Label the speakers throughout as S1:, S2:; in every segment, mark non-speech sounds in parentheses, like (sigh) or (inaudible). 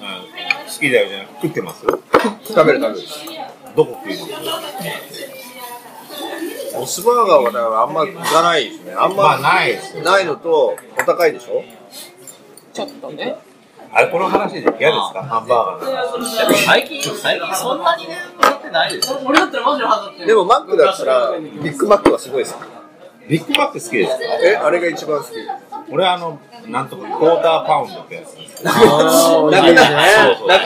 S1: うん。好きだよじゃなくて食ってます
S2: 食べる食べる。
S1: どこ食います
S2: モスバーガーはだからあんま行かないですね。あん
S1: まあ
S2: ま
S1: ないですよ。
S2: ないのと、お高いでしょ
S3: ちょっとね。
S1: あれ、この話で嫌ですかハンバーガーなんか
S4: 最近、最近そんなにね、なってないですよ。
S2: でもマックだったら、ビッグマックはすごい好き。
S1: ビッグマック好きですか
S2: え、あれが一番好き。
S1: 俺あの、なんとかクォーターパウンドってやつ。
S2: なくな
S1: そうそう
S2: なく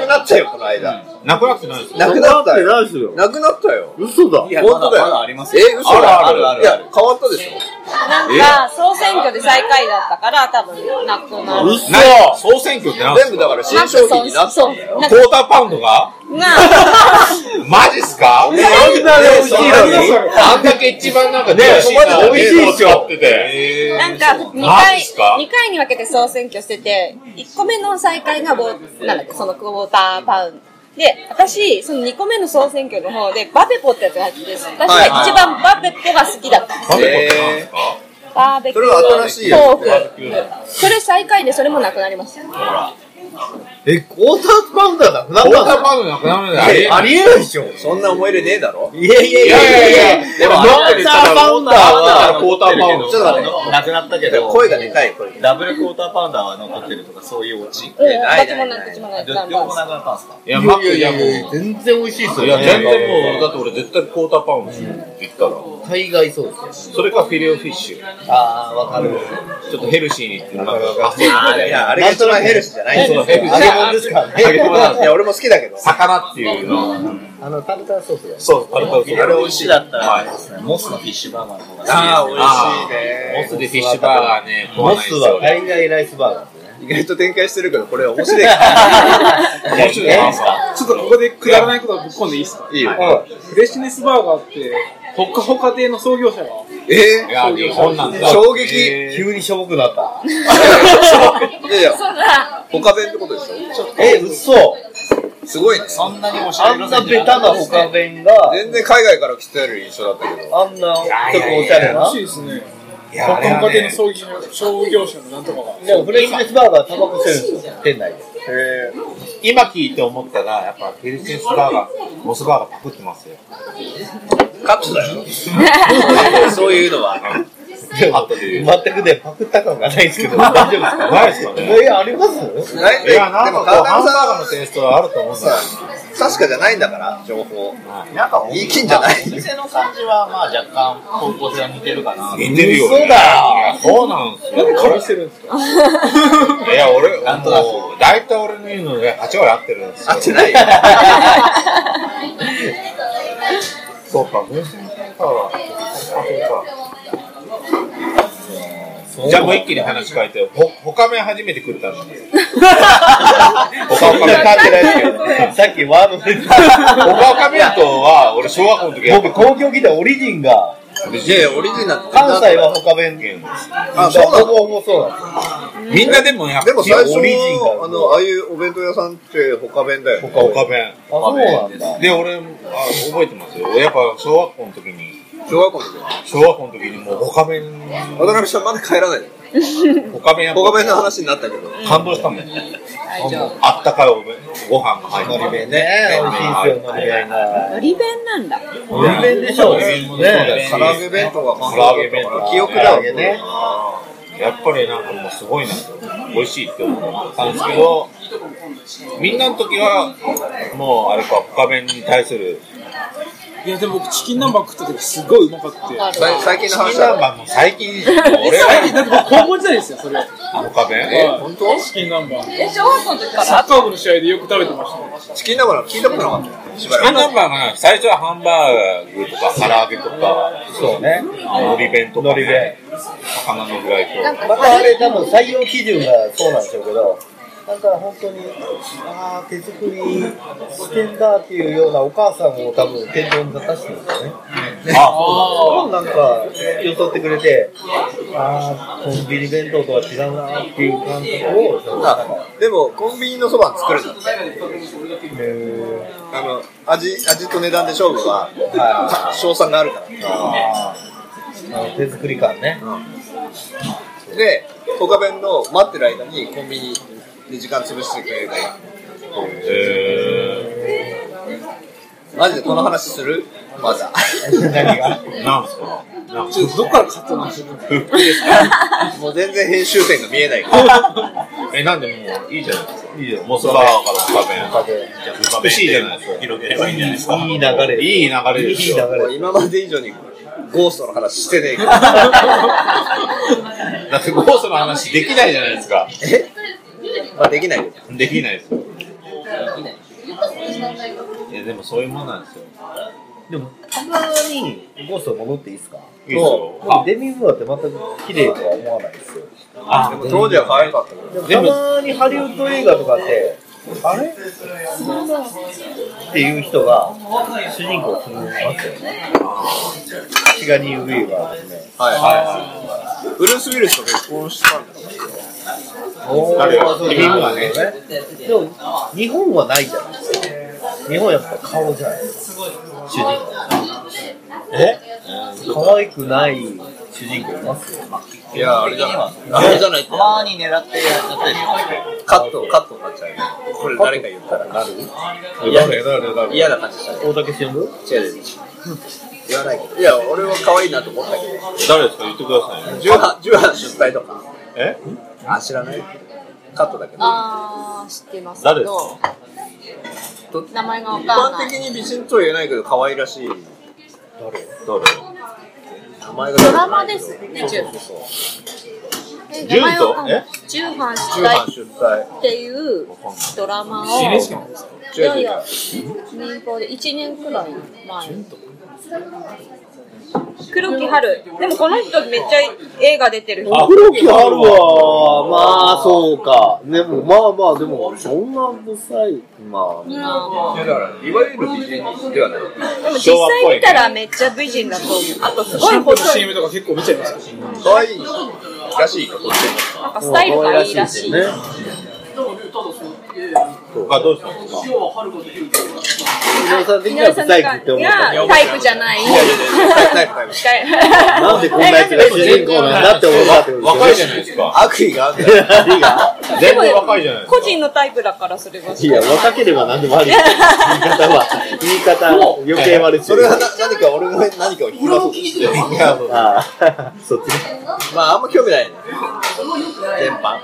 S2: なったよ、この間。
S1: なくなってないですよ。
S2: なくなったよ。
S5: ないですよ。
S2: なくなったよ。
S5: 嘘だ。
S4: や
S2: 本当だよ。
S4: まだまだあります
S2: え
S4: よ、
S2: 嘘
S1: あるある
S2: いや、変わったでしょ
S3: なんか、総選挙で最下位だったから、多分、なくなる。
S5: 嘘
S1: ない総選挙ってなんです
S2: 全
S1: か
S2: 部だから新商品になったんだよ。
S3: なん
S1: ク
S3: か
S1: ォーターパウンドがマジっすか
S5: そんなに美味しいのに
S1: あんだけ一番なんかジューシーな
S5: ね美味しいっすよ
S1: 使ってて。
S3: なんか2
S1: マジ
S3: 回
S1: っすか
S3: 二回に分けて総選挙してて1個目の再開がボーなんだっけそのクォーターパウンドで私その2個目の総選挙の方でバベポってやつが入ってて私が一番バベポが好きだった
S1: バベコってなんですか
S3: バーベキ
S2: そ
S3: ュー
S2: れは新しいやつ
S3: ポークそれ最下位でそれもなくなりました
S5: え、クォーターパウンダーだ。な
S1: ク
S5: ん
S1: ォーター
S5: だ
S1: パウンドなくなるんだよ。
S5: ありえないでしょ。い
S2: そんな思い入れねえだろ
S5: やいやいやいやいや。
S4: でも
S5: クォーターパウンダーは、
S1: クォーターパウンド
S2: ちょっと待って
S4: なくなったけど、
S2: 声がでかい、声が。
S4: ダブルクォーターパウンダーは残ってるとか、そういうオチ。
S3: うん
S2: ない
S3: どっちもないどっちもない
S4: 両
S3: ナンバ
S4: 方
S3: ー
S4: なくなったんですか
S1: いや、マックじゃもう。
S5: 全然美味しいです
S1: いや、
S5: よね。
S1: 全然もう、だって俺絶対クォーターパウンドしようって言ったら。
S5: 大概そうですよ。
S1: それかフィレオフィッシュ。
S4: ああ、わかる。
S1: ちょっとヘルシーにって。なんか
S2: いや、あれが一番ヘルシーじゃない
S1: そ
S2: んです
S1: う
S2: よ。
S1: ヘルシー
S2: 揚げ物ですからね。
S1: 揚げ物なんです
S2: いや、俺も好きだけど。
S1: 魚っていうの。
S5: あの、タルタルソースが。
S1: そう、タルタルソース
S4: あれ美味しいだった
S1: はい
S4: ら、そうですねモスのフィッシュバーガーの方が好きですね。
S2: ああ、
S1: あ
S2: 美味しいね。
S1: モスでフィッシュバーガーね、食わ
S5: モ
S1: ないんで
S5: ス
S1: すよ
S5: は
S1: ね。
S5: 大概ライスバーガーですね。
S2: 意外と展開してるけど、これ面白いから。
S1: 面白いな、なんか。
S6: ちょっとここでくだらないことをぶっ込んでいいですか
S2: いいよ。
S6: フレッシュネスバーガーって、ほかほか亭の創業者が、
S1: い
S2: え
S1: や、日本なん
S2: ー、
S1: だ。
S2: 衝撃。
S5: 急にしょぼくなった。
S2: いやいや、他弁ってことでし
S5: え、嘘。
S2: ょすごいね。
S4: そんなにおしゃ
S5: あ
S4: れ
S5: んなベタな他弁が、
S2: 全然海外から来てる印象だったけど。
S5: あんな、ちょっとおしゃれ
S6: ら
S5: な
S6: しい。ですね。
S1: い
S6: ほ
S1: やあれ
S6: かほ
S1: は
S6: か亭の
S1: ね
S6: 創業商業者のなんとかが。
S5: でもフレッシュネスバーガータバコ吸ってるんですよ。店内で。
S2: へ
S1: 今聞いて思ったら、やっぱフィリシンスバーガー、モスバーガーパクってますよ。
S2: ー、カットだよ。そういうのは。
S5: でも
S1: 後で言う
S5: 全くね、パクった感がないですけど、大丈夫ですか
S1: ないですかね
S5: え、あります
S2: ない
S1: いや、なん
S2: で
S1: かこ
S2: も
S1: う、
S2: 川
S1: ハ
S2: 上
S1: ンバーガーの
S2: さ
S1: テイストはあると思うんだよ。
S2: ん確かじゃないんだから情報
S4: なんか、
S2: いい金じゃない
S4: お店の感じは、まあ、若干、方向性は似てるかな。
S1: 似てるよ。
S5: 嘘だ
S1: いやそうなんですよ。なんでかぶしてるんですか (laughs) いや、俺、
S4: なんとなく
S1: もう、大体俺の言うので8割合ってるんですよ。
S2: 合ってないよ
S1: (laughs) そうか、分身か。じゃあもう一気に話変えて、ほ、ほかめ初めて来るた (laughs) のに。ほか
S5: そ
S1: ほ
S5: ん
S1: か
S5: な
S1: め。
S5: 書いてないですけど、さっきワードで。
S1: ほかほか弁当は、俺小学校の時やって
S5: 僕、公共来たオリジンが、
S2: いやいやオリジナル
S5: 関西は他弁
S1: たんです
S2: あそうな
S5: ほ
S2: の
S5: ぼほぼそうなんで
S1: みんなでもやっぱ
S2: でも
S1: り、
S2: 最初
S5: オリジンが
S2: あのああいうお弁当屋さんって他弁だよね
S5: すよ。
S1: ほか弁。
S5: あ、そうなんだ。
S1: で、俺、あ覚えてますよ。やっぱ小学校の時に、
S2: 小学校の時は
S1: 小学校の時にもうほか弁、
S2: 渡辺さんまだ帰らないの
S1: ほか弁やっ
S2: 他弁の
S1: ぱ
S2: 話になったけど
S1: 感動したもん。あったかいお弁ご飯が入って
S5: のり弁ね、美味しいんすよ、のり弁が。
S3: のり弁なんだ。
S5: のり弁でしょうね。ね
S2: 唐揚げ弁当は
S1: 唐揚げ弁当
S2: 記憶
S5: 唐
S2: だ
S5: 揚
S2: わ
S5: げね。
S1: やっぱりなんかもうすごいなと美味しいって思ったんですけどみんなの時はもうあれか他弁に対する
S6: いやでも僕チキン南蛮食った時すごいうまかった
S3: わかる
S2: 最最近の話だ
S1: もう最近俺
S6: 最近だ
S1: は
S6: って僕高校時代ですよそれ
S1: 他弁
S2: 本当
S6: チキン南蛮
S3: え、小学校の時か
S6: サ
S3: ら
S6: ッカー部の試合でよく食べてました
S2: チキンだから聞いたことなかったよしば
S1: チキン
S2: ら
S1: ナンバーがない最初はハンバーグとか唐揚げとか
S5: そうね。
S1: のり弁とか、
S5: 海苔弁
S1: ね、魚のフライと
S3: なんか
S5: またあれ多分採用基準がそうなんでしょうけど、だから本当に、ああ、手作りしてんだっていうようなお母さんを多分天丼に立たしてるんですよね。
S6: あ
S5: そうなんか、よそってくれて、ああ、コンビニ弁当とは違うなっていう感覚を、その
S2: くでもコンビニのそば作るんだってあの味味と値段で勝負は
S5: は
S2: 賞賛があるから
S5: あーあの手作り感ね。
S2: で他弁の待ってる間にコンビニで時間潰してくれるから
S1: え
S2: マジでこの話するまだ
S5: 何が
S1: ー、なんすかなん
S6: あ
S1: か
S6: ちょっとどっから買ったの自分
S2: (laughs) もう全然編集点が見えないから
S1: えなんでもういいじゃないですか
S5: いいよ、
S1: モスバーガーの他弁
S5: 他で
S1: 美しいじゃないですか
S4: 広げればいいんじゃないですか。
S5: いい
S1: い
S5: 流れ。
S1: い流れ
S5: いい
S1: で
S5: 流
S1: すよ
S2: もう
S5: れ。
S2: 今まで以上にゴーストの話してねえから
S1: だってゴーストの話できないじゃないですか
S2: えまあできないけど
S1: できないですよ。いや、でもそういうもんなんですよ。
S5: でも、たまにゴースト戻っていいですか
S1: いいですよ
S5: もうデミムーアって全く綺麗とは思わないですよ。
S1: あ
S2: でも当時は可愛かったけど
S5: でもたまにハリウッド映画とかって、あれそんなっていう人が主人公を決めますよね。シガニー・ウィーバーですね。
S2: はいはいブルース・ウィルスと結婚したんだ
S5: お
S1: 誰が
S5: そう
S1: デミムーアね
S5: でも、日本はないじゃないですか。日本はやっぱ顔じゃないですか。主人公。え可愛くない主人公いますよ。
S2: いやあれじゃない
S4: あれじゃないたまに狙ってやっちゃったりしますけ
S2: カットカットになっちゃうこれ誰か言ったら
S5: なる
S1: 誰誰誰誰
S2: 嫌な感じした
S5: 大竹しのぶ
S2: 違う違う違う言わないけどいや俺は可愛いなと思ったけど
S1: 誰ですか言ってくださいね。
S2: 18, 18出退とか
S1: え
S2: あ知らないカットだけど
S3: あー、知ってます
S1: 誰
S3: け
S1: で
S3: ど
S2: ど。
S3: 名前がわ
S2: 一
S3: か
S2: 般
S3: んない
S2: 的。に美人とは言えないけど可愛らしい
S1: 誰
S2: 名前が
S3: ドラマですよね、ジュン。え名前わかんないジュンハン主
S2: 中半
S3: 体
S2: 出退
S3: っていうドラマを、い
S2: 違う
S3: や
S2: 違
S3: いうや、民放で1年くらい前。黒木春。でもこの人めっちゃ映画出てる人。
S5: 黒木あるわ。まあ、そうか。でも、まあまあ、でも、そんな不細まあ、
S3: うん
S2: だからいわゆる美人ではない
S3: でも実際見たらめっちゃ美人だと思う。あとすごい
S6: シンプルの
S3: 細い。
S6: CM とか結構見ちゃいますよ
S2: 可愛いらしいよとって
S3: なんかスタイルがいいらしい。
S5: ね。
S1: 他どうしたんですか
S5: 井上さん的
S3: 井
S5: には
S3: 上
S5: 不
S3: さん
S5: 細工って
S3: が
S5: 思った。
S3: タイプじゃない。
S2: も
S3: (laughs)
S5: なんでこんなやつが主人公なんだって思ったってこと
S1: 若いじゃないですか。
S2: 悪意があるんだよ
S5: 何が
S1: 全然若いじゃないですか
S3: 個人のタイプだからそれはい
S5: や、若ければ何でもあり。言い方は、言い方は余計悪い。
S2: それはな何か俺の何かを引き出そうとしてるいや (laughs) もう
S5: ああ、そっちね。
S2: まああんま興味ないね全般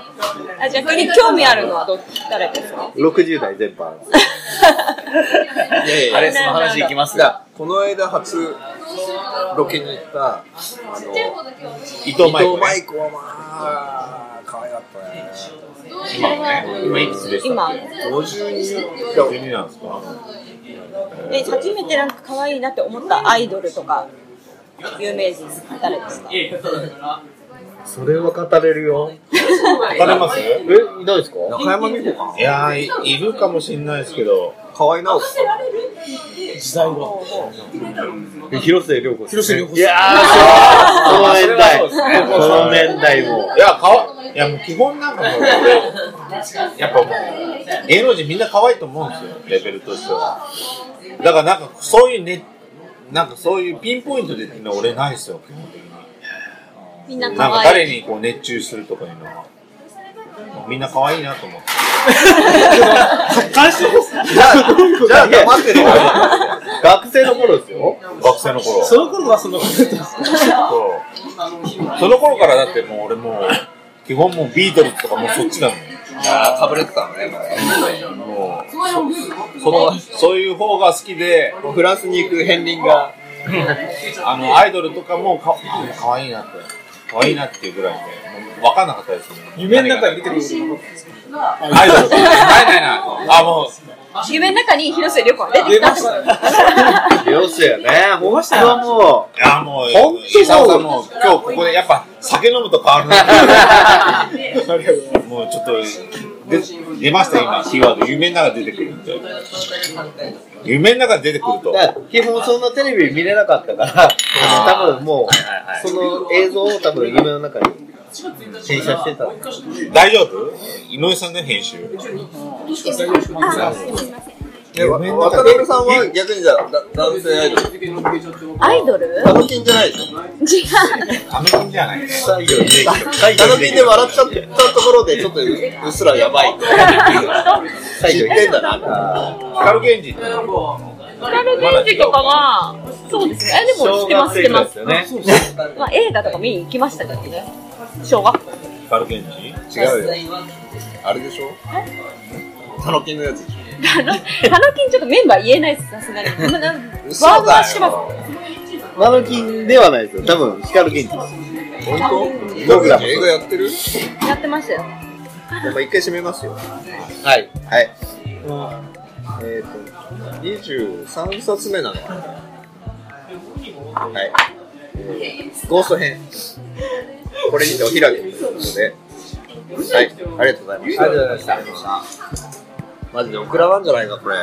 S3: あじゃあ逆に興味あるのはど誰ですか
S5: 60代全
S3: (laughs)
S5: 般。
S2: いやいやいや
S4: あれ、その話いきます
S2: だか
S4: が。
S2: らこの間初ロケに行ったあの
S1: 伊藤
S2: 伊
S1: 舞子
S2: 藤
S1: ね
S2: 舞子はまあ可愛かったね
S1: 今もね今いくつでしたっ
S3: 今
S1: け
S2: 52いや
S1: 12なんですか
S3: え初めてなんか可愛いなって思ったアイドルとか有名人誰ですか
S5: それは語れるよ。
S1: わかりますい
S5: え、いないですか
S2: 中山美穂かな
S1: やーいいるかもしれないですけど
S2: 河合直樹さん
S5: 広末涼子。広
S6: 末涼子
S5: いやー、その年代。この年代も。
S1: いやかわいやもう基本なんかもうやっぱもう芸能人みんな可愛いと思うんですよレベルとしてはだからなんかそういうねなんかそういうピンポイントでっていうのは俺ないですよ基本的に
S3: みんな
S1: なん
S3: 可
S1: か
S3: 愛い
S1: 誰にこう熱中するとかいうのはみんな可愛いなと思って
S5: じゃあ、じゃあ
S2: 黙ってるよ
S5: 学生の頃ですよ。
S1: 学生の頃
S6: その (laughs) 頃はそんなことだったんですか
S1: そうその頃からだってもう俺もう基本もうビートルズとかもうそっちなのよ
S2: あーかぶれてたのね
S1: もうそのそういう方が好きで
S2: もうフランスに行く片鱗が
S1: あのアイドルとかもか可愛いなって可愛いなっていうぐらいでもう分かんなかったですね
S6: 夢の中に出てくる
S1: アイドルとかないないないあもう
S3: 夢の中に広末涼子が出てきたってこと
S6: 出ま
S5: 広末よね。もう、それはも
S1: いやもう
S5: 本当そう
S1: 伊沢さんもう今日ここでやっぱ酒飲むと変わるねもうちょっとで出ました今キーワード夢の中出てくるんで夢の中出てくる
S5: う、
S1: と
S5: だから基本そんなテレビ見れなかったから、多分もう、その映像を多分夢の中に転写してた。
S1: 大丈夫井上さんの編集
S2: えわ渡辺さんは逆にじゃあだ男性アイドル
S3: (laughs) アイドル違う
S2: タノキンじゃないでしょ
S1: あの君じゃないね
S5: 最後に、最
S2: タ
S5: 後
S2: ノ
S5: に
S2: キンで笑っちゃったところでちょっとうっすらやば (laughs) い
S5: 最
S2: 知っ
S5: 後に
S2: てんだな
S1: 光源氏って
S3: 光源氏とかはそうですねえでも知ってます知ってま
S5: です
S3: す
S5: よね。
S3: まあ映画とか見に行きましたけどね小学校
S1: 光源氏
S2: 違うよあれでしょタノキンのやつ
S3: (laughs) あのタノキンちょっとメンバー言えないですさすが
S2: (laughs)
S3: にまあなワー
S2: 嘘だよ
S3: ドはしてます
S5: マノキンではないですよ。多分、光源氏です。
S2: 本当僕らも映画やってる
S3: やってましたよ
S2: やっぱ一回閉めますよ
S5: はい。
S2: はい。えっ、と、二十三冊目なのかな。はい。えーゴースト編。これにてお開きということで。はい、ありがとうございました。ありがとうございました。マジでオクラなんじゃないか、これ。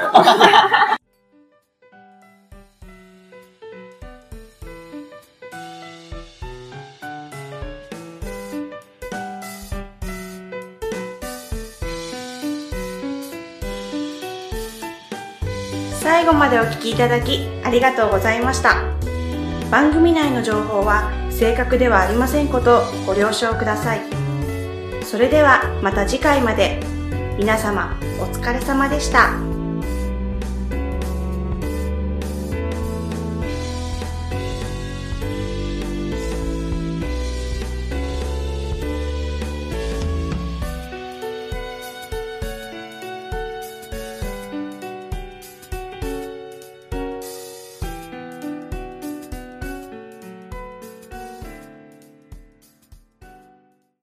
S7: 最後までお聞きいただきありがとうございました番組内の情報は正確ではありませんことをご了承くださいそれではまた次回まで皆様お疲れ様でした。